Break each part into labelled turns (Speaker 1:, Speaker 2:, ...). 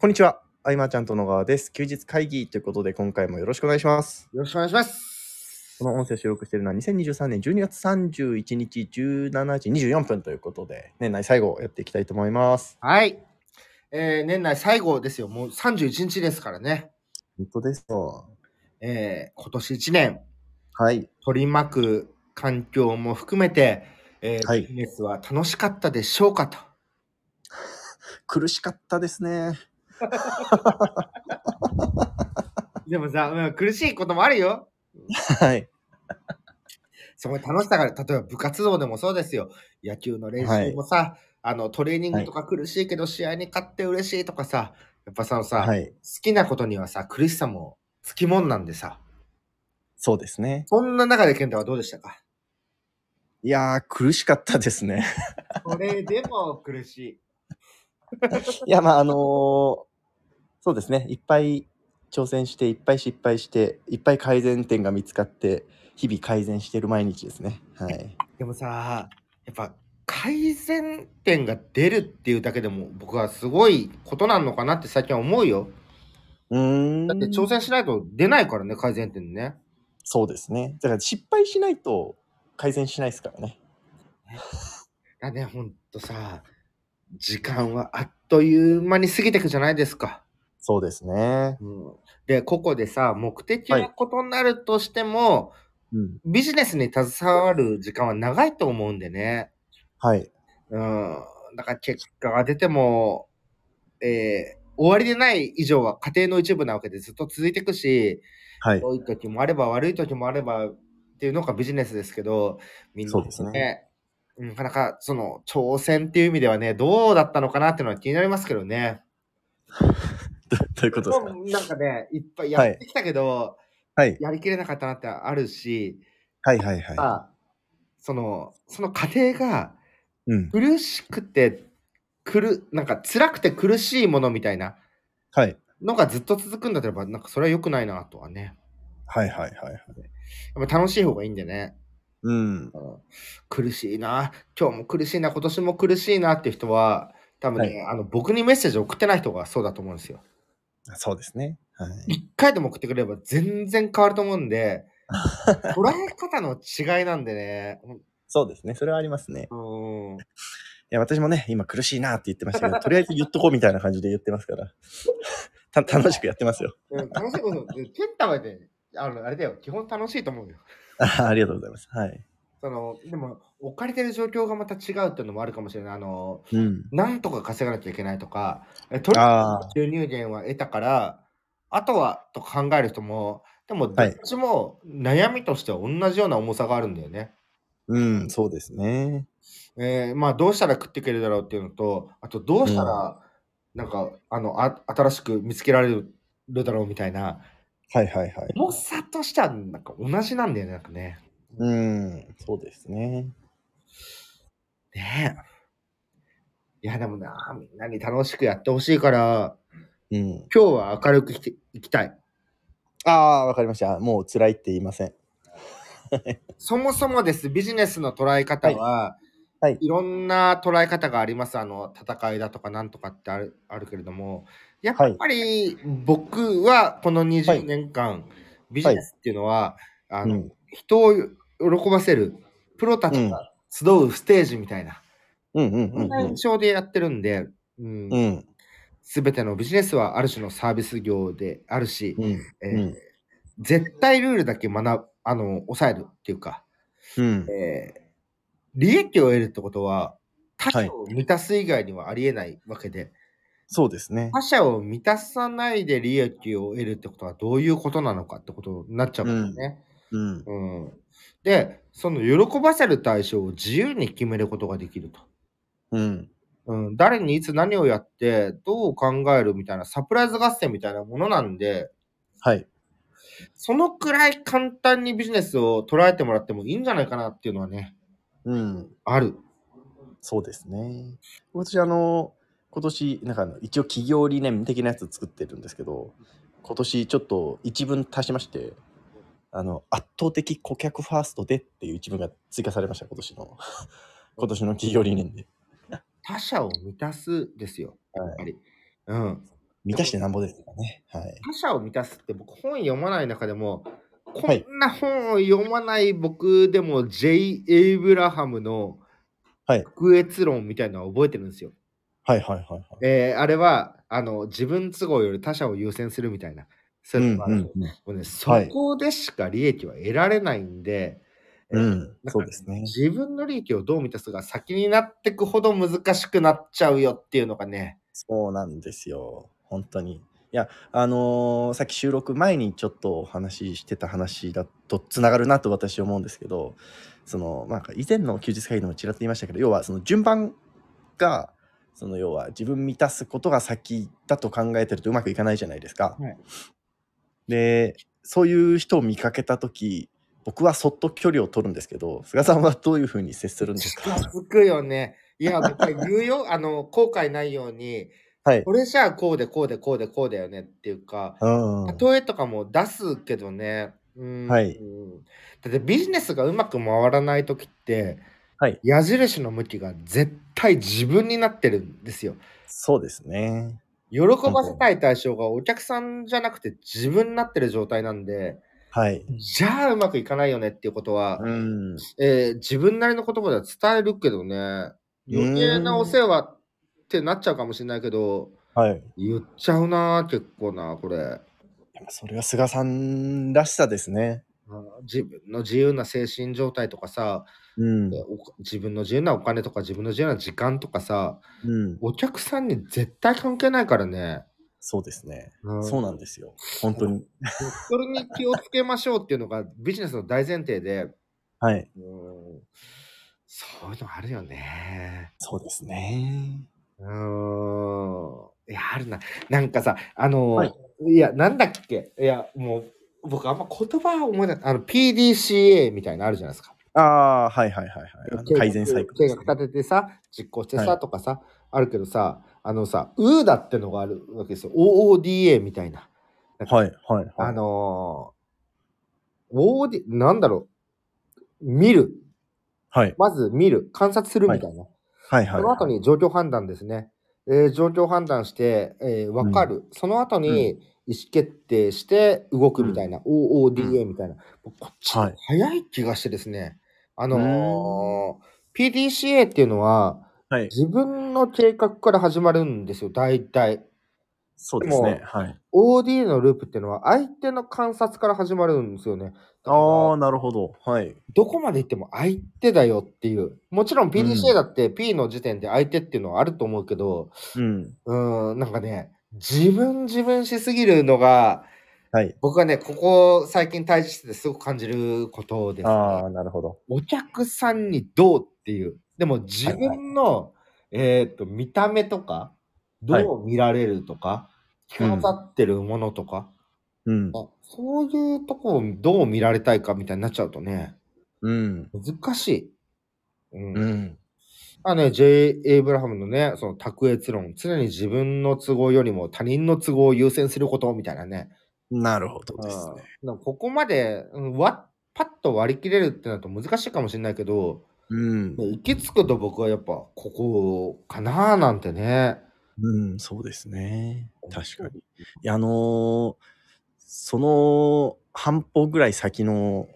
Speaker 1: こんにちは。あいまちゃんと野川です。休日会議ということで、今回もよろしくお願いします。
Speaker 2: よろしくお願いします。
Speaker 1: この音声収録しているのは2023年12月31日17時24分ということで、年内最後やっていきたいと思います。
Speaker 2: はい。えー年内最後ですよ。もう31日ですからね。
Speaker 1: 本当ですよ。
Speaker 2: えー今年1年、
Speaker 1: はい。
Speaker 2: 取り巻く環境も含めて、えー
Speaker 1: はい
Speaker 2: ビジネスは楽しかったでしょうかと。
Speaker 1: 苦しかったですね。
Speaker 2: でもさ、うん苦しいこともあるよ。
Speaker 1: はい。
Speaker 2: そこ楽しさがある、例えば部活動でもそうですよ。野球の練習もさ、あの、トレーニングとか苦しいけど、試合に勝って嬉しいとかさ、やっぱそのさ、
Speaker 1: はい。
Speaker 2: 好きなことにはさ、苦しさもつきもんなんでさ、
Speaker 1: そうですね。
Speaker 2: そんな中で健太はどうでしたか
Speaker 1: いやー、苦しかったですね。
Speaker 2: それでも苦しい。
Speaker 1: いや、まあ、あのーそうですね。いっぱい挑戦して、いっぱい失敗して、いっぱい改善点が見つかって、日々改善してる毎日ですね。はい。
Speaker 2: でもさ、やっぱ改善点が出るっていうだけでも僕はすごいことなのかなって最近は思うよ。
Speaker 1: うーん。
Speaker 2: だって挑戦しないと出ないからね、改善点ね。
Speaker 1: そうですね。だから失敗しないと改善しないですからね。
Speaker 2: だね、ほんとさ、時間はあっという間に過ぎていくじゃないですか。
Speaker 1: そうですね。
Speaker 2: うん、で、個々でさ、目的
Speaker 1: は
Speaker 2: が
Speaker 1: い
Speaker 2: 異なるとしても、
Speaker 1: うん。
Speaker 2: ビジネスに携わる時間は長いと思うんでね。
Speaker 1: はい。
Speaker 2: うん。だから結果が出ても、えー終わりでない以上は家庭の一部なわけでずっと続いていくし、
Speaker 1: はい。
Speaker 2: 良い時もあれば悪い時もあればっていうのがビジネスですけど、みんな、
Speaker 1: そうですね
Speaker 2: なかなかその挑戦っていう意味ではね、どうだったのかなっていうのは気になりますけどね。
Speaker 1: どどういうことですか
Speaker 2: もうなんかね、いっぱいやってきたけど、
Speaker 1: はい。
Speaker 2: やりきれなかったなってあるし、
Speaker 1: はいはいは
Speaker 2: まあその、その過程が、
Speaker 1: い。うん。
Speaker 2: 苦しくて、くる、なんか辛くて苦しいものみたいな
Speaker 1: はい。
Speaker 2: のがずっと続くんだったらば、なんかそれは良くないなとはね。
Speaker 1: はいはいはいはい。
Speaker 2: やっぱ楽しい方がいいんでね。
Speaker 1: うん。
Speaker 2: うん苦しいな、今日も苦しいな、今年も苦しいなっていう人は、多分ね、あの僕にメッセージ送ってない人がそうだと思うんですよ。
Speaker 1: そうですね。はい。
Speaker 2: 一回でも送ってくれれば全然変わると思うん で、捉え方の違いなんでね。
Speaker 1: そうですね。それはありますね。
Speaker 2: うん。
Speaker 1: いや、私もね、今苦しいなって言ってましたけど、とりあえず言っとこうみたいな感じで言ってますから。 た楽しくやってますよ。
Speaker 2: うん楽しいこと、ケンタはね、あの、あれだよ、基本楽しいと思うよ。
Speaker 1: あありがとうございます。はい。
Speaker 2: そのでも置かれてる状況がまた違うっていうのもあるかもしれないあの
Speaker 1: うん。
Speaker 2: なんとか稼がなきゃいけないとかえとりあ
Speaker 1: あ
Speaker 2: えず収入源は得たからあとはと考える人もでもど
Speaker 1: はい
Speaker 2: っちも悩みとしては同じような重さがあるんだよね、
Speaker 1: うん、そうですね。
Speaker 2: えーまあどうしたら食っていけるだろうっていうのとあとどうしたらなんか、あのあ新しく見つけられるだろうみたいな
Speaker 1: はいはいはい。
Speaker 2: 重さとしてはなんか同じなんだよねなんかね
Speaker 1: うん、そうですね。
Speaker 2: ねえいやでもなみんなに楽しくやってほしいから
Speaker 1: うん。
Speaker 2: 今日は明るくしていきたい。
Speaker 1: ああ、わかりました。もう辛いって言いません。
Speaker 2: そもそもです、ビジネスの捉え方は、
Speaker 1: はい
Speaker 2: い
Speaker 1: はい
Speaker 2: ろんな捉え方があります。あの、戦いだとかなんとかってあるあるけれども、やっぱり僕はこの
Speaker 1: はい
Speaker 2: 20年間、ビジネスっていうのは、あ
Speaker 1: う
Speaker 2: の、
Speaker 1: ん。
Speaker 2: 人を喜ばせる、プロたちが集うステージみたいな、
Speaker 1: うんうん
Speaker 2: そん
Speaker 1: うん
Speaker 2: な
Speaker 1: うん
Speaker 2: 印。象でやってるんで、うん
Speaker 1: うん。
Speaker 2: すべてのビジネスはある種のサービス業であるし、
Speaker 1: うん。
Speaker 2: えー
Speaker 1: うん。
Speaker 2: 絶対ルールだけ学ぶ、あの、抑えるっていうか、
Speaker 1: うん。
Speaker 2: えー利益を得るってことは、他
Speaker 1: はい
Speaker 2: 者を満たす以外にはありえないわけで、
Speaker 1: そうですね。
Speaker 2: 他者を満たさないで利益を得るってことはどういうことなのかってことになっちゃうんですね。
Speaker 1: うん。
Speaker 2: うんで、その喜ばせる対象を自由に決めることができると。
Speaker 1: うん。
Speaker 2: うん、誰にいつ何をやって、どう考えるみたいなサプライズ合戦みたいなものなんで、
Speaker 1: はい。
Speaker 2: そのくらい簡単にビジネスを捉えてもらってもいいんじゃないかなっていうのはね、
Speaker 1: うん。
Speaker 2: ある。
Speaker 1: そうですね。私、あの、今年、なんかあの、一応企業理念的なやつ作ってるんですけど、今年ちょっと一文足しまして、あの、圧倒的顧客ファーストでっていう一文が追加されました、今年 の。今年の企業理念で。
Speaker 2: 他者を満たすですよ。
Speaker 1: はい
Speaker 2: やっぱり。うん。
Speaker 1: 満たしてなんぼですからね。はい。
Speaker 2: 他者を満たすって僕本読まない中でもこ
Speaker 1: はい
Speaker 2: んな本を読まない僕でも J. エイブラハムの
Speaker 1: はい
Speaker 2: 卓越論みたいなのを覚えてるんですよ。
Speaker 1: はいはいはいはい。
Speaker 2: えーあれはあの自分都合より他者を優先するみたいな。そううい
Speaker 1: ん
Speaker 2: うのがあ
Speaker 1: う
Speaker 2: るんで
Speaker 1: んうん。
Speaker 2: すよもうね、そ
Speaker 1: はい
Speaker 2: こでしか利益は得られないんで、
Speaker 1: うん、
Speaker 2: だ
Speaker 1: そ
Speaker 2: か
Speaker 1: う
Speaker 2: ら
Speaker 1: ですね。
Speaker 2: 自分の利益をどう満たすか先になってくほど難しくなっちゃうよっていうのがね。
Speaker 1: そうなんですよ。本当に。いや、あのーさっき収録前にちょっとお話ししてた話だとつながるなと私思うんですけど、その、まあ、以前の休日会議でもちらっと言いましたけど、要はその順番が、その要は自分満たすことが先だと考えてるとうまくいかないじゃないですか。
Speaker 2: はい
Speaker 1: で、そういう人を見かけたとき、僕はそっと距離を取るんですけど、菅さんはどういうふうに接するんです
Speaker 2: 近
Speaker 1: か
Speaker 2: づくよね。いや、僕は言うよ。 あの、後悔ないように、
Speaker 1: はい。
Speaker 2: これじゃあこうでこうでこうでこうだよねっていうか、
Speaker 1: うん。
Speaker 2: 例えとかも出すけどね。うん
Speaker 1: はい
Speaker 2: だってビジネスがうまく回らない時って、
Speaker 1: はい
Speaker 2: 矢印の向きが絶対自分になってるんですよ。
Speaker 1: そうですね。
Speaker 2: 喜ばせたい対象がお客さんじゃなくて自分になってる状態なんで、
Speaker 1: はい。
Speaker 2: じゃあうまくいかないよねっていうことは、
Speaker 1: うん。
Speaker 2: えー自分なりの言葉では伝えるけどね、余計なお世話ってなっちゃうかもしれないけど、
Speaker 1: はい。
Speaker 2: 言っちゃうな結構な、これ。
Speaker 1: やっぱそれが菅さんらしさですね。
Speaker 2: うん自分の自由な精神状態とかさ、
Speaker 1: うん。
Speaker 2: お自分の自由なお金とか自分の自由な時間とかさ、
Speaker 1: うん。
Speaker 2: お客さんに絶対関係ないからね。
Speaker 1: そうですね。
Speaker 2: うん
Speaker 1: そうなんですよ。本当に。
Speaker 2: それに気をつけましょうっていうのがビジネスの大前提で、
Speaker 1: はい。
Speaker 2: うんそういうのあるよね。
Speaker 1: そうですね。
Speaker 2: うーん。いや、あるな。なんかさ、あの、
Speaker 1: はい
Speaker 2: い、や、なんだっけ。いや、もう、僕あんま言葉は思い出あの、PDCA みたいなのあるじゃないですか。
Speaker 1: ああ、はいはいはいはいあの。改善サイクル
Speaker 2: 計
Speaker 1: で
Speaker 2: 画
Speaker 1: す
Speaker 2: 計
Speaker 1: ね。
Speaker 2: 画立ててさ、実行して
Speaker 1: は
Speaker 2: さ、
Speaker 1: い
Speaker 2: とかさ、あるけどさ、あのさ、ウーダってのがあるわけですよ。OODA みたいな。
Speaker 1: はいはい
Speaker 2: あ
Speaker 1: はい。
Speaker 2: のー、OOD、なんだろう。見る。
Speaker 1: はい
Speaker 2: まず見る。観察するみたいな。
Speaker 1: はいはい。
Speaker 2: その後に状況判断ですね。えー状況判断して、えー、分かる、その後に意思決定して動くみたいな、OODA みたいな、こっち
Speaker 1: はい
Speaker 2: 早い気がしてですね、あのー PDCA っていうのは、
Speaker 1: はい。
Speaker 2: 自分の計画から始まるんですよ、大体。
Speaker 1: そうですね
Speaker 2: で。も
Speaker 1: はい。
Speaker 2: OD のループっていうのは、相手の観察から始まるんですよね。だから
Speaker 1: ああ、なるほど。はい。
Speaker 2: どこまで行っても相手だよっていう。もちろん PDCA だって P の時点で相手っていうのはあると思うけど、
Speaker 1: うん。
Speaker 2: うーん、なんかね、自分自分しすぎるのが、
Speaker 1: はい。
Speaker 2: 僕はね、ここ最近対峙しててすごく感じることです、
Speaker 1: あ
Speaker 2: ね。
Speaker 1: あ、なるほど。
Speaker 2: お客さんにどうっていう。でも自分の、えーっと、見た目とか、
Speaker 1: はい
Speaker 2: どう見られるとか、着飾ってるものとか、
Speaker 1: うん。
Speaker 2: あそういうとこをどう見られたいかみたいになっちゃうとね、
Speaker 1: うん。
Speaker 2: 難しい。うん
Speaker 1: うん。
Speaker 2: まあね、J. エイブラハムのね、その卓越論、常に自分の都合よりも他人の都合を優先することみたいなね。
Speaker 1: なるほどですね。
Speaker 2: うんここまで、うんわパッと割り切れるってなると難しいかもしれないけど、
Speaker 1: うん
Speaker 2: ね。行き着くと僕はやっぱここかなーなんてね。
Speaker 1: うん、そうですね。確かに。いや、あのーその半歩ぐらい先の、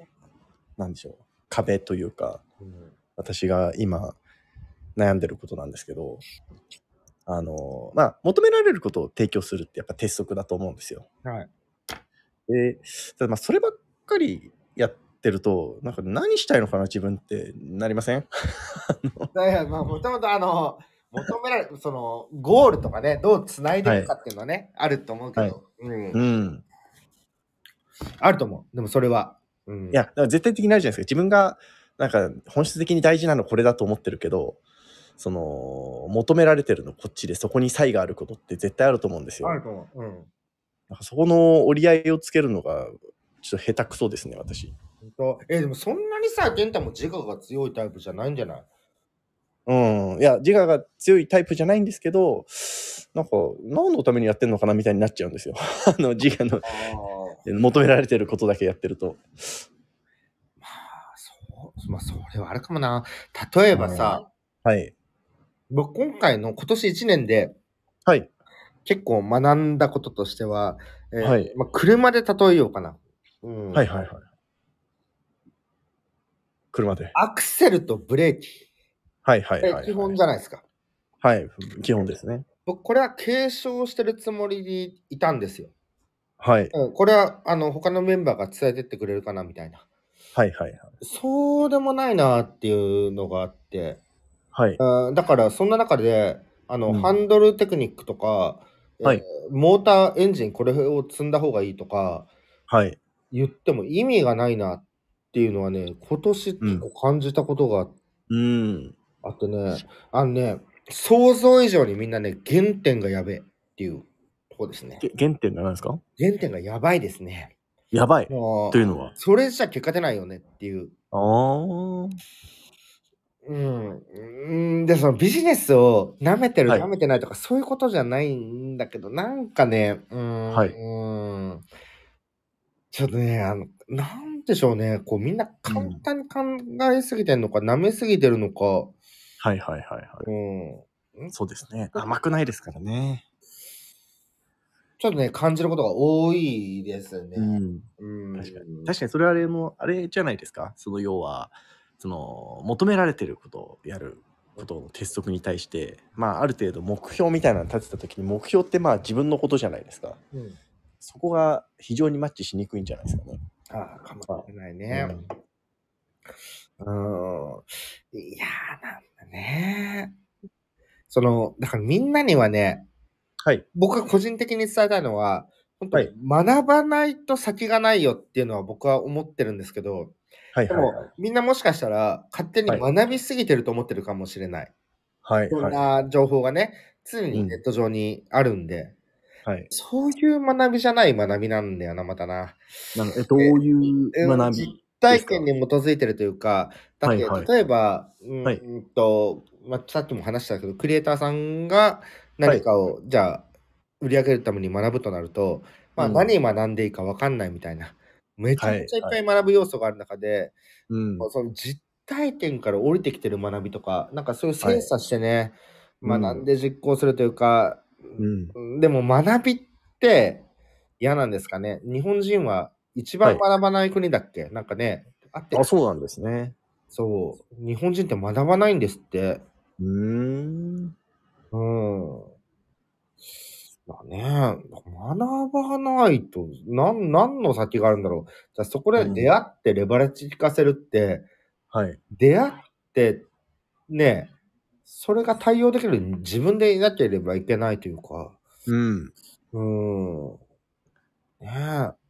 Speaker 1: なんでしょう、壁というか、私が今悩んでることなんですけど、あのーまあ、求められることを提供するってやっぱ鉄則だと思うんですよ。
Speaker 2: はい。
Speaker 1: で、ただまあ、そればっかりやってると、なんか何したいのかな、自分ってなりません
Speaker 2: だからまあ、もともとあの、求められる、その、ゴールとかね、どう繋いでいくかっていうのはね、あると思うけど、
Speaker 1: はい
Speaker 2: うん
Speaker 1: うん。
Speaker 2: あると思う。でもそれは。うん
Speaker 1: いや、だから絶対的にあるじゃないですか。自分が、なんか、本質的に大事なのこれだと思ってるけど、その、求められてるのこっちで、そこに差異があることって絶対あると思うんですよ。
Speaker 2: あ
Speaker 1: なん
Speaker 2: ると思う。うん
Speaker 1: かそこの折り合いをつけるのが、ちょっと下手くそですね、私。
Speaker 2: 本当えでもそんなにさ、健太も自我が強いタイプじゃないんじゃない
Speaker 1: うん。いや、自我が強いタイプじゃないんですけど、なんか、何のためにやってんのかなみたいになっちゃうんですよ。 あの、自我の、
Speaker 2: ああ。
Speaker 1: 求められてることだけやってると。
Speaker 2: まあ、そう、まあ、それはあれかもな。例えばさ、
Speaker 1: はい。
Speaker 2: 僕今回の今年1年で、
Speaker 1: はい。
Speaker 2: 結構学んだこととしては、えー
Speaker 1: はい
Speaker 2: まあ、車で例えようかな。うん
Speaker 1: はいはいはい。車で。
Speaker 2: アクセルとブレーキ、
Speaker 1: はいはいはい、はい。
Speaker 2: え基本じゃないですか。
Speaker 1: はい、基本ですね。
Speaker 2: 僕、これは継承してるつもりでいたんですよ。
Speaker 1: はい
Speaker 2: うん、これは、あの、他のメンバーが伝えてってくれるかな、みたいな。
Speaker 1: はいはい
Speaker 2: そうでもないなっていうのがあって、
Speaker 1: はい。はい。
Speaker 2: うんだから、そんな中で、あの、
Speaker 1: うん
Speaker 2: ハンドルテクニックとか、えー
Speaker 1: はい
Speaker 2: モーター、エンジン、これを積んだ方がいいとか、
Speaker 1: はい。
Speaker 2: 言っても意味がないなっていうのはね、今年結構感じたことが
Speaker 1: うん。
Speaker 2: あってね、あのね、想像以上にみんなね、原点がやべえっていうとこですね。
Speaker 1: げ原点が何ですか
Speaker 2: 原点がやばいですね。
Speaker 1: やばい。
Speaker 2: もう
Speaker 1: というのは。
Speaker 2: それじゃ結果出ないよねっていう。
Speaker 1: ああ。
Speaker 2: うん。うんで、そのビジネスを舐めてる、
Speaker 1: はい
Speaker 2: 舐めてないとか、そういうことじゃないんだけど、なんかね、うん。
Speaker 1: はい
Speaker 2: うんちょっとね、あの、なんでしょうね、こう、みんな簡単に考えすぎてんのか、舐めすぎてるのか、
Speaker 1: はいはいはいはい。
Speaker 2: うん。
Speaker 1: そうですね。甘くないですからね。
Speaker 2: ちょっとね、感じることが多いですね。
Speaker 1: ん。
Speaker 2: うん。
Speaker 1: 確かに。確かにそれはあれも、あれじゃないですか。その要は、その、求められてることをやることの鉄則に対して、まあ、ある程度目標みたいなの立てた時に、目標ってまあ自分のことじゃないですか。
Speaker 2: うん
Speaker 1: そこが非常にマッチしにくいんじゃないですかね。
Speaker 2: ああ、かもしれないね。うん。いやー、なんだね。その、だからみんなにはね、
Speaker 1: はい。
Speaker 2: 僕が個人的に伝えたいのは、本当に
Speaker 1: はい
Speaker 2: 学ばないと先がないよっていうのは僕は思ってるんですけど、
Speaker 1: はい
Speaker 2: で
Speaker 1: はい
Speaker 2: も、
Speaker 1: はい。
Speaker 2: みんなもしかしたら勝手に学びすぎてると思ってるかもしれない。
Speaker 1: はい
Speaker 2: いろん
Speaker 1: はい。
Speaker 2: な情報がね、常に
Speaker 1: うん
Speaker 2: ネット上にあるんで、
Speaker 1: はい。
Speaker 2: そういう学びじゃない学びなんだよな、またな。
Speaker 1: なのえどういう
Speaker 2: えー
Speaker 1: 学
Speaker 2: 実
Speaker 1: び
Speaker 2: 体験に基づいてるというか、だって、
Speaker 1: はいはい
Speaker 2: 例えば、う
Speaker 1: はい
Speaker 2: ーんと、まあ、さっきも話したけど、クリエイターさんが何かを、じゃあ、売り上げるために学ぶとなると、まあ、
Speaker 1: うん
Speaker 2: 何学んでいいか分かんないみたいな、めちゃくちゃいっ
Speaker 1: はい
Speaker 2: ぱい学ぶ要素がある中で、
Speaker 1: うん。
Speaker 2: もうその実体験から降りてきてる学びとか、なんかそういう精査してね、
Speaker 1: はい
Speaker 2: 学んで実行するというか、
Speaker 1: うん。
Speaker 2: でも学びって嫌なんですかね日本人は一番学ばない国だっけ、なんかね、あって
Speaker 1: あ、そうなんですね。
Speaker 2: そう。日本人って学ばないんですって。
Speaker 1: うーん。
Speaker 2: うん。だね。学ばないと、なん、何の先があるんだろう。じゃあそこで出会ってレバレッジ効かせるって、
Speaker 1: はい。
Speaker 2: 出会って、ね、それが対応できるように自分でいなければいけないというか。
Speaker 1: うん。
Speaker 2: うーん。ねえ。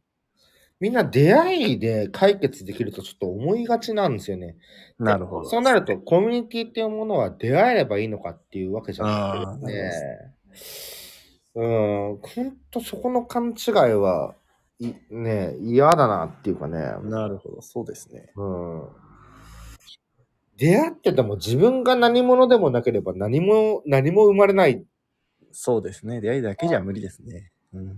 Speaker 2: みんな出会いで解決できるとちょっと思いがちなんですよね。で
Speaker 1: なるほど。
Speaker 2: そうなると、コミュニティっていうものは出会えればいいのかっていうわけじゃな
Speaker 1: あ
Speaker 2: く
Speaker 1: ーな
Speaker 2: て
Speaker 1: る
Speaker 2: ね。うん。ほんとそこの勘違いは、いねえ嫌だなっていうかね。
Speaker 1: なるほど。そうですね。
Speaker 2: うん。出会ってても自分が何者でもなければ何も、何も生まれない
Speaker 1: そうですね。出会いだけじゃ無理ですね。うん。
Speaker 2: うん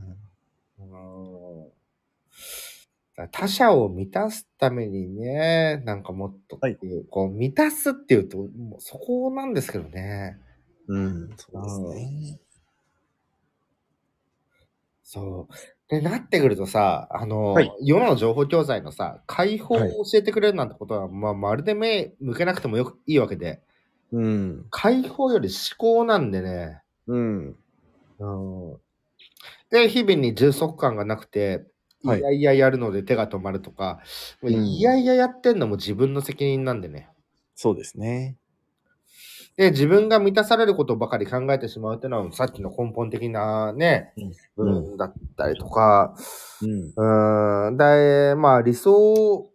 Speaker 2: だ他者を満たすためにね、なんかもっとっていう、こう、満たすっていうと、もうそこなんですけどね。
Speaker 1: うん。そうですね。
Speaker 2: そう。で、なってくるとさ、あの、
Speaker 1: はい
Speaker 2: 世の情報教材のさ、解放を
Speaker 1: はい
Speaker 2: 教えてくれるなんてことは、まあ、まるで目向けなくてもよくいいわけで、
Speaker 1: うん。
Speaker 2: 解放より思考なんでね、
Speaker 1: うん。
Speaker 2: うん。で、日々に充足感がなくて、い
Speaker 1: はい
Speaker 2: やいややるので手が止まるとか、
Speaker 1: うん
Speaker 2: いやいややってんのも自分の責任なんでね。
Speaker 1: そうですね。
Speaker 2: で、自分が満たされることばかり考えてしまうっていうのは、さっきの根本的なね、
Speaker 1: う
Speaker 2: 部
Speaker 1: ん
Speaker 2: 分だったりとか、
Speaker 1: うん。
Speaker 2: うーん、で、まあ理想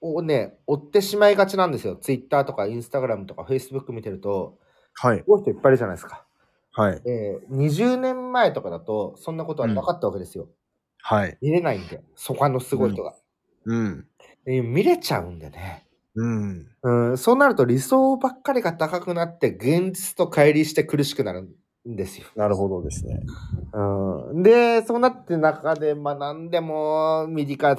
Speaker 2: をね、追ってしまいがちなんですよ。Twitter とか Instagram とか Facebook 見てると、
Speaker 1: はい
Speaker 2: す。ごい人いっぱいいるじゃないですか。
Speaker 1: はい。
Speaker 2: えー、20年前とかだと、そんなことはなかったわけですよ。
Speaker 1: はい。
Speaker 2: 見れないんで、そこのすごい人が。
Speaker 1: うん。
Speaker 2: えー見れちゃうんでね。
Speaker 1: うん。
Speaker 2: うん、そうなると理想ばっかりが高くなって、現実と乖離して苦しくなるんですよ。
Speaker 1: なるほどですね。
Speaker 2: うんで、そうなって中で学んでも、右か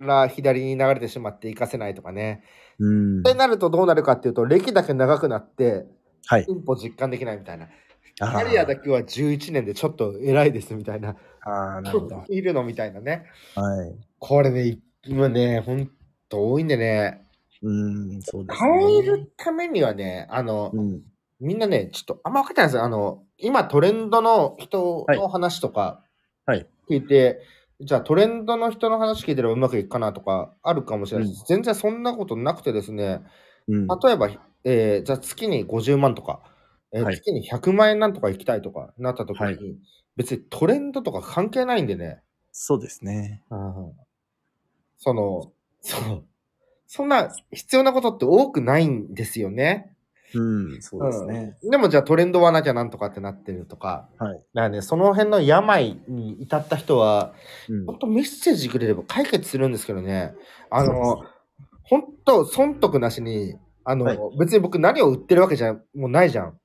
Speaker 2: ら左に流れてしまって活かせないとかね。
Speaker 1: うん
Speaker 2: ってなるとどうなるかっていうと、歴だけ長くなって、
Speaker 1: はい。
Speaker 2: 進歩実感できないみたいな。
Speaker 1: あ
Speaker 2: キャリアだけは11年でちょっと偉いですみたいな。
Speaker 1: あー、なるほど。
Speaker 2: いるのみたいなね。
Speaker 1: はい。
Speaker 2: これね、今ね、ほんと多いんでね。
Speaker 1: うん、そうです
Speaker 2: 変えるためにはね、あの、
Speaker 1: うん。
Speaker 2: みんなね、ちょっとあんま分かってないんですよ。あの、今トレンドの人の話とか
Speaker 1: はい
Speaker 2: 聞いて、じゃあトレンドの人の話聞いてればうまくいくかなとかあるかもしれないです、全然そんなことなくてですね、
Speaker 1: うん。
Speaker 2: 例えば、えーじゃあ月に50万とか、えー
Speaker 1: はい
Speaker 2: 月に100万円なんとか行きたいとかなった時に、
Speaker 1: はい
Speaker 2: 別にトレンドとか関係ないんでね、
Speaker 1: そうですね。
Speaker 2: その、そう。そんな必要なことって多くないんですよね。
Speaker 1: うん、そうですね。
Speaker 2: うんでもじゃあトレンドはなきゃなんとかってなってるとか、
Speaker 1: はい
Speaker 2: だからね、その辺の病に至った人は、
Speaker 1: うん
Speaker 2: 本当メッセージくれれば解決するんですけどね、あ
Speaker 1: そう
Speaker 2: の、本当損得なしに、あの、
Speaker 1: はい
Speaker 2: 別に僕何を売ってるわけじゃもうないじゃん。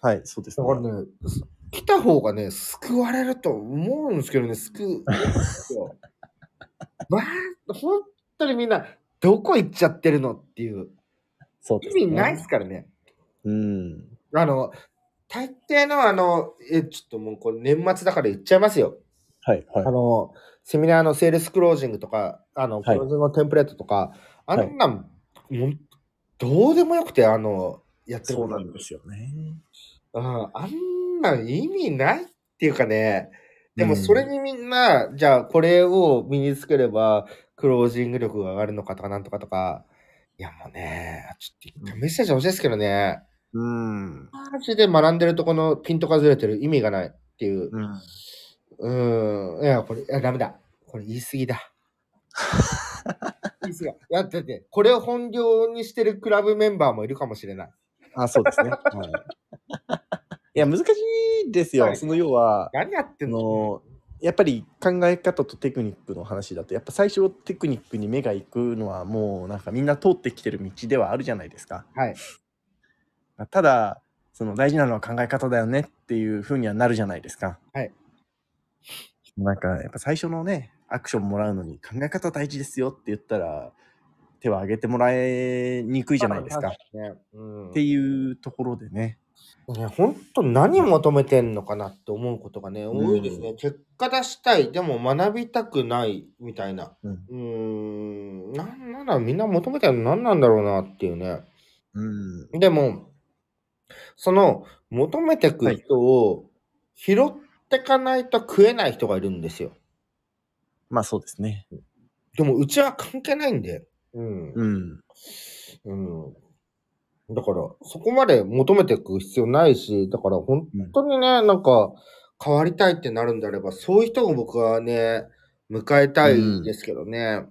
Speaker 1: はい、そうです
Speaker 2: だ
Speaker 1: ね
Speaker 2: か。らね、す来た方がね、救われると思うんですけどね、救 う。まあ、本当にみんな、どこ行っちゃってるのっていう、
Speaker 1: そうですね。
Speaker 2: 意味ないですからね。
Speaker 1: うん。
Speaker 2: あの、大抵のあの、え、ちょっともうこれ年末だから言っちゃいますよ。
Speaker 1: はい、はい
Speaker 2: あ。の、セミナーのセールスクロージングとか、あの、ク
Speaker 1: はい
Speaker 2: ロージングのテンプレートとか、あんなん、もうどうでもよくて、あの、やってる
Speaker 1: そ
Speaker 2: こ
Speaker 1: う
Speaker 2: と
Speaker 1: なんですよね。
Speaker 2: うんあんなん意味ないっていうかね、でも
Speaker 1: うん
Speaker 2: それにみんな、じゃあこれを身につければ、クロージング力が上がるのかとかなんとかとか、いやもうね、ちょっと一回メッセージ欲しいですけどね。
Speaker 1: うん。
Speaker 2: マジで学んでるとこのピントがずれてる意味がないっていう。
Speaker 1: うん。
Speaker 2: うーん。いや、これ、いや、ダメだ。これ言い過 ぎだ。言い過ぎだ。だってね、これを本業にしてるクラブメンバーもいるかもしれない。
Speaker 1: あ、そうですね。 はい、いや、難しいですよ。
Speaker 2: はい
Speaker 1: その要は、
Speaker 2: 何やって
Speaker 1: あ
Speaker 2: んの
Speaker 1: のやっぱり考え方とテクニックの話だとやっぱ最初テクニックに目が行くのはもうなんかみんな通ってきてる道ではあるじゃないですか
Speaker 2: はい。
Speaker 1: ただその大事なのは考え方だよねっていうふうにはなるじゃないですか
Speaker 2: はい
Speaker 1: なんかやっぱ最初のねアクションもらうのに考え方大事ですよって言ったら手を挙げてもらえにくいじゃないですかっ
Speaker 2: ね、うん。
Speaker 1: ていうところでね
Speaker 2: ね、本当何求めてんのかなって思うことがね、多いですね。結果出したい、でも学びたくないみたいな。
Speaker 1: うん
Speaker 2: うーん。なんなんだろう、みんな求めてるの何なんだろうなっていうね。
Speaker 1: うん
Speaker 2: でも、その求めてく人を拾ってかないと食えない人がいるんですよ。
Speaker 1: まあそうですね
Speaker 2: でもうちは関係ないんで。うん。
Speaker 1: うん
Speaker 2: うん。だから、そこまで求めてく必要ないし、だから本当にね、なんか変わりたいってなるんであれば、そういう人を僕はね、迎えたいですけどね。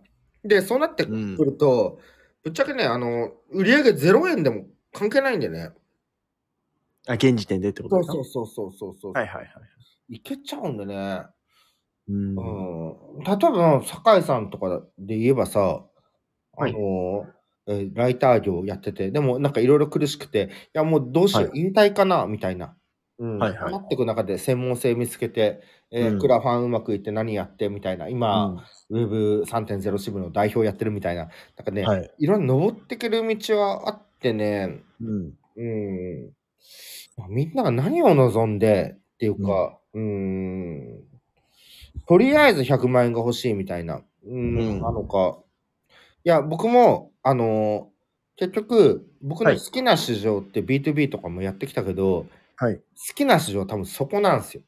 Speaker 2: で、そうなってく
Speaker 1: うん
Speaker 2: ると、ぶっちゃけね、あの、売り上げ0円でも関係ないんでね。
Speaker 1: あ現時点でってこと
Speaker 2: そ
Speaker 1: で
Speaker 2: う
Speaker 1: すか
Speaker 2: そうそうそうそうそう。
Speaker 1: はいはいはい
Speaker 2: いけちゃうんでね。
Speaker 1: うん
Speaker 2: うん。例えば、酒井さんとかで言えばさ、あ
Speaker 1: はい
Speaker 2: の、えーライター業やってて、でもなんかいろいろ苦しくて、いやもうどうしよう、
Speaker 1: は
Speaker 2: 引退かな、みたいな。うん。
Speaker 1: はいはい
Speaker 2: なってく中で専門性見つけて、えー
Speaker 1: うん
Speaker 2: クラファンうまくいって何やってみたいな、今、
Speaker 1: う
Speaker 2: ウェブ3.0支部の代表やってるみたいな、なんかね、
Speaker 1: ん
Speaker 2: い、
Speaker 1: はい
Speaker 2: ろいろ登ってくる道はあってね、
Speaker 1: うん、
Speaker 2: うん。みんなが何を望んでっていうか、うん、とりあえず100万円が欲しいみたいな、うん、
Speaker 1: うん
Speaker 2: なのか。いや、僕も、あのー結局、僕の
Speaker 1: はい
Speaker 2: 好きな市場って B2B とかもやってきたけど、
Speaker 1: はい。
Speaker 2: 好きな市場は多分そこなんですよ。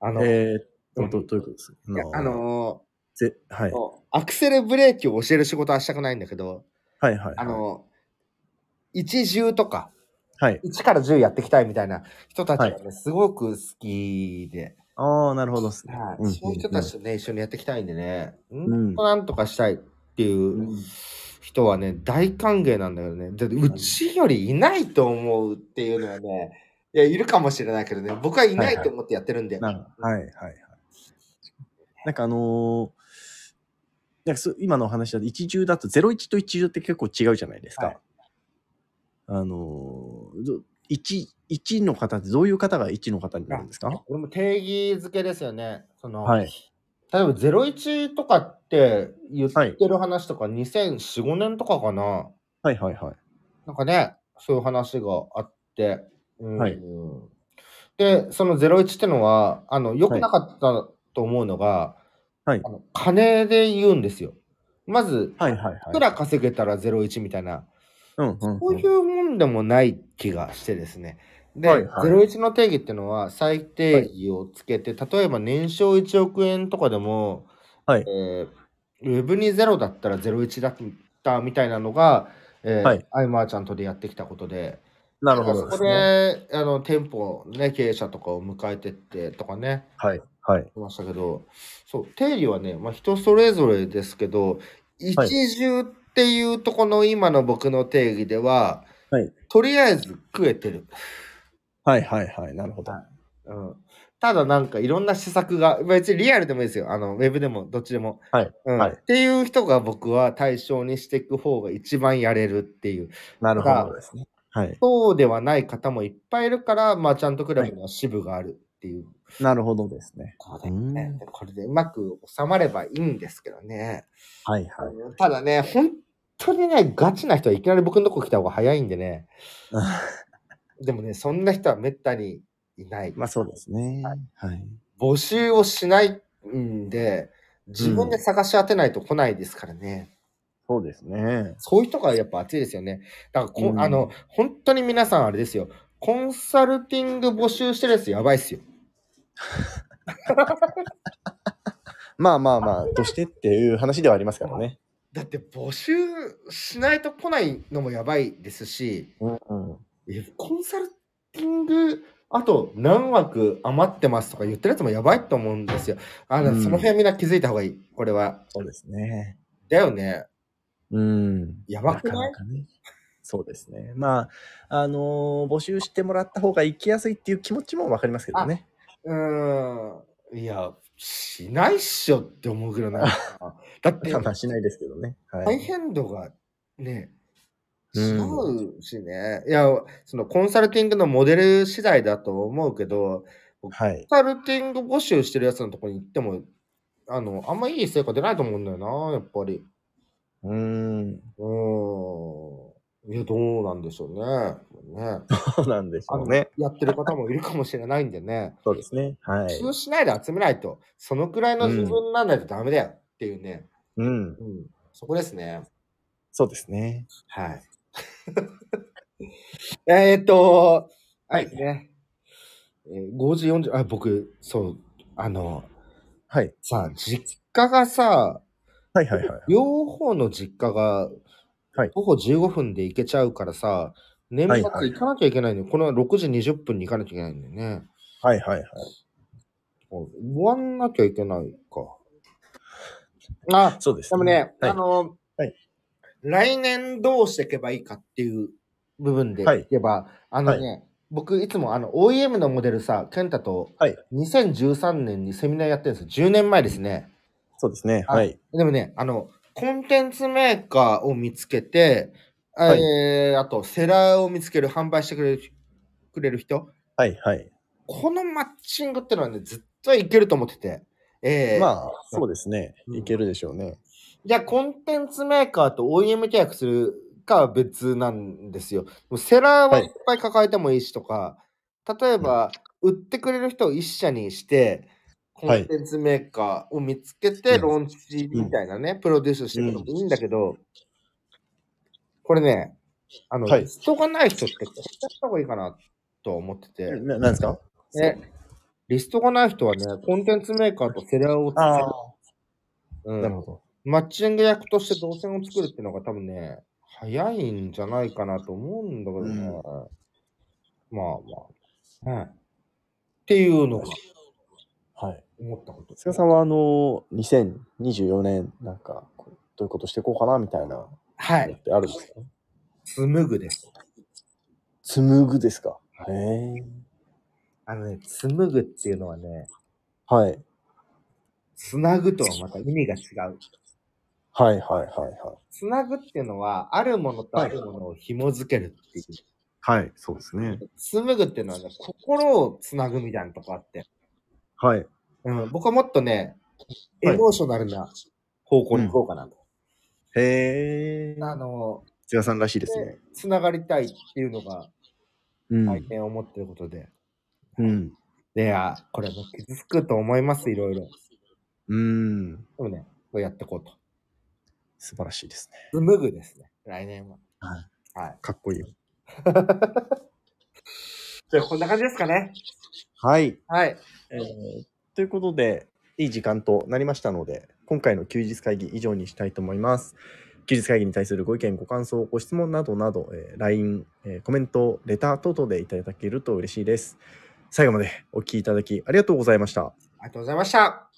Speaker 2: あの、
Speaker 1: えー、どどどういうことですか
Speaker 2: いやあの
Speaker 1: ぜはい
Speaker 2: ー、アクセルブレーキを教える仕事はしたくないんだけど、
Speaker 1: はいはい。
Speaker 2: あのー、一重とか、
Speaker 1: はい。
Speaker 2: 1から10やっていきたいみたいな人たちがね、すごく好きで、
Speaker 1: ああ、なるほどですね。
Speaker 2: はい
Speaker 1: うん
Speaker 2: そういう人たちとね、一緒にやっていきたいんでね、
Speaker 1: ん
Speaker 2: うんとなんとかしたいっていう人はね、大歓迎なんだけどね、だってうちよりいないと思うっていうのはね、いや、いるかもしれないけどね、僕はいないと思ってやってるんで。
Speaker 1: なるはいはいはい。なんかあのーなんかそ今のお話だと一重だと01と一重って結構違うじゃないですか。
Speaker 2: はい
Speaker 1: あのーど一一の方ってどういう方が一の方になるんですか
Speaker 2: これも定義づけですよね。その、
Speaker 1: はい
Speaker 2: 例えば01とかって言ってる話とか、2004、5年とかかな。
Speaker 1: はいはいはい。
Speaker 2: なんかね、そういう話があって、うん
Speaker 1: はい
Speaker 2: で、その01ってのは、あの、良くなかったと思うのが、
Speaker 1: はい
Speaker 2: あの金で言うんですよ。まず、
Speaker 1: はいはい
Speaker 2: いく
Speaker 1: はい。
Speaker 2: ら稼げたら01みたいな、
Speaker 1: うんうん
Speaker 2: こういうもんでもない気がしてですね。で、
Speaker 1: はいはい
Speaker 2: 01の定義ってのは最定義をつけて、例えば年商1億円とかでも、
Speaker 1: はい
Speaker 2: えーウェブに0だったら01だったみたいなのが、えー
Speaker 1: はい
Speaker 2: アイマーちゃんとでやってきたことで、
Speaker 1: なるほど
Speaker 2: そ
Speaker 1: で
Speaker 2: こ
Speaker 1: すね。
Speaker 2: であの店舗、ね、経営者とかを迎えてってとかね、
Speaker 1: はいはい。
Speaker 2: ましたけど、そう、定理はね、まあ、人それぞれですけ
Speaker 1: は
Speaker 2: ど、
Speaker 1: い
Speaker 2: 一重っていうとこの今の僕の定義では、
Speaker 1: はい
Speaker 2: とりあえず食えてる。
Speaker 1: はいはいはい。なるほど。
Speaker 2: はうん、ただなんかいろんな施策が、別にリアルでもいいですよ。あの、ウェブでもどっちでも。
Speaker 1: はい
Speaker 2: うん
Speaker 1: はい
Speaker 2: っていう人が僕は対象にしていく方が一番やれるっていう。
Speaker 1: なるほどですね。はい。
Speaker 2: そうではない方もいっぱいいるから、まあちゃんとクラブには支部があるっていう。
Speaker 1: なるほどですね。
Speaker 2: こと
Speaker 1: う
Speaker 2: でね
Speaker 1: ん。
Speaker 2: これでうまく収まればいいんですけどね。
Speaker 1: はいはい。
Speaker 2: ただね、本当にね、ガチな人はいきなり僕のとこ来た方が早いんでね。でもね、そんな人はめったにいない。
Speaker 1: まあそうですね。はい。
Speaker 2: 募集をしないんで、自分で探し当てないと来ないですからね。
Speaker 1: そうですね。
Speaker 2: そういう人がやっぱ熱いですよね。だからこ、
Speaker 1: うん
Speaker 2: あの、本当に皆さんあれですよ。コンサルティング募集してるやつやばいっすよ。
Speaker 1: まあまあまあ、としてっていう話ではありますからね。
Speaker 2: だって募集しないと来ないのもやばいですし、
Speaker 1: うんうん。
Speaker 2: えコンサルティングあと何枠余ってますとか言ってるやつもやばいと思うんですよ。あの、
Speaker 1: うん
Speaker 2: その辺はみんな気づいた方がいい。これは。
Speaker 1: そうですね。
Speaker 2: だよね。
Speaker 1: うん。
Speaker 2: やばくない
Speaker 1: かね。そうですね。まあ、あのー募集してもらった方が行きやすいっていう気持ちもわかりますけどね。
Speaker 2: うーん。いや、しないっしょって思うぐらいな。 だって
Speaker 1: まあ、しないですけどね。は
Speaker 2: 大
Speaker 1: い。
Speaker 2: 変度がね、
Speaker 1: う
Speaker 2: 違
Speaker 1: ん
Speaker 2: うしね。いや、そのコンサルティングのモデル次第だと思うけど、
Speaker 1: はい。
Speaker 2: コンサルティング募集してるやつのとこに行っても、あの、あんまいい成果出ないと思うんだよな、やっぱり。
Speaker 1: うん。
Speaker 2: うーん。いや、どうなんでしょうね。ね。
Speaker 1: そうなんでし
Speaker 2: あ
Speaker 1: ょ
Speaker 2: の
Speaker 1: うね。
Speaker 2: やってる方もいるかもしれないんでね。
Speaker 1: そうですね。は
Speaker 2: 募
Speaker 1: い
Speaker 2: 集。しないで集めないと、そのくらいの自分になんないとダメだよっていうね。
Speaker 1: うん。
Speaker 2: うん。そこですね。
Speaker 1: そうですね。
Speaker 2: はい。えーっと、はい、ね。えー5時40、あ、僕、そう、あの、
Speaker 1: はい。
Speaker 2: さ、実家がさ、
Speaker 1: はいはいはい。
Speaker 2: 両方の実家が、
Speaker 1: はい
Speaker 2: 徒歩15分で行けちゃうからさ、年末
Speaker 1: はいはい
Speaker 2: 行かなきゃいけないのよ。この6時20分に行かなきゃいけないんだよね。
Speaker 1: はいはいはい。
Speaker 2: 終わんなきゃいけないか。あ、
Speaker 1: そうです
Speaker 2: でもね、
Speaker 1: はい
Speaker 2: あの、
Speaker 1: はい
Speaker 2: 来年どうしていけばいいかっていう部分で
Speaker 1: はい
Speaker 2: 言えば、あのね、僕いつもあの OEM のモデルさ、健太と
Speaker 1: はい
Speaker 2: 2013年にセミナーやってるんですよ。10年前ですね。
Speaker 1: そうですね。
Speaker 2: あ
Speaker 1: はい。
Speaker 2: でもね、あの、コンテンツメーカーを見つけて、
Speaker 1: はい
Speaker 2: えーあとセラーを見つける、販売してくれるくれる人、
Speaker 1: はいはい。
Speaker 2: このマッチングってのはね、ずっといけると思ってて。えー
Speaker 1: まあ、そうですね。
Speaker 2: うん
Speaker 1: いけるでしょうね。
Speaker 2: じゃあ、コンテンツメーカーと OEM 契約するかは別なんですよ。もうセラーは
Speaker 1: はい
Speaker 2: いっぱい抱えてもいいしとか、例えば、売ってくれる人を一社にして、コ
Speaker 1: はい
Speaker 2: ンテンツメーカーを見つけ
Speaker 1: う
Speaker 2: て、
Speaker 1: ん
Speaker 2: ローンチみたいなね、プロデュースしていくのもいいんだけど、これね、あの、
Speaker 1: はい
Speaker 2: リストがない人ってこうした方がいいかなと思ってて、
Speaker 1: ななんですか
Speaker 2: ね、リストがない人はね、コンテンツメーカーとセラーを
Speaker 1: ああ。
Speaker 2: うん
Speaker 1: なるほど。
Speaker 2: マッチング役として動線を作るっていうのが多分ね、早いんじゃないかなと思うんだけどね。
Speaker 1: うん
Speaker 2: まあまあ、はい。っていうのが
Speaker 1: はい。
Speaker 2: 思ったこと。
Speaker 1: 菅さんはあの2024年なんかこうどういうことしていこうかなみたいなの
Speaker 2: は
Speaker 1: っ
Speaker 2: い。
Speaker 1: てあるんですか、
Speaker 2: 紡ぐです。
Speaker 1: 紡ぐですかへえ
Speaker 2: あのね、紡ぐっていうのはね、
Speaker 1: はい
Speaker 2: つなぐとはまた意味が違う。
Speaker 1: はいはいはい
Speaker 2: つなぐっていうのは、あるものとあるものを紐づけるっていう。
Speaker 1: はいはいそうですね
Speaker 2: 紡ぐっていうのはね、心をつなぐみたいなとこあって。
Speaker 1: はい
Speaker 2: うん、僕はもっとね、
Speaker 1: はい
Speaker 2: エモーショナルな方向に行こうかなと。
Speaker 1: へえ
Speaker 2: あの、
Speaker 1: 菅さんらしいですね
Speaker 2: つながりたいっていうのが
Speaker 1: うん、
Speaker 2: 大変思ってることで、
Speaker 1: うん。
Speaker 2: いや、これも傷つくと思います、いろいろ。
Speaker 1: うん。
Speaker 2: でもね、こうやってこうと。
Speaker 1: 素晴らしいですね。
Speaker 2: 紡ぐですね。来年は。
Speaker 1: かっこいいよ。
Speaker 2: じゃあ、こんな感じですかね。
Speaker 1: はい。
Speaker 2: はい。
Speaker 1: えーということで、いい時間となりましたので、今回の休日会議以上にしたいと思います。休日会議に対するご意見、ご感想、ご質問などなど、えー LINE、えーコメント、レター等々でいただけると嬉しいです。最後までお聞きいただきありがとうございました。
Speaker 2: ありがとうございました。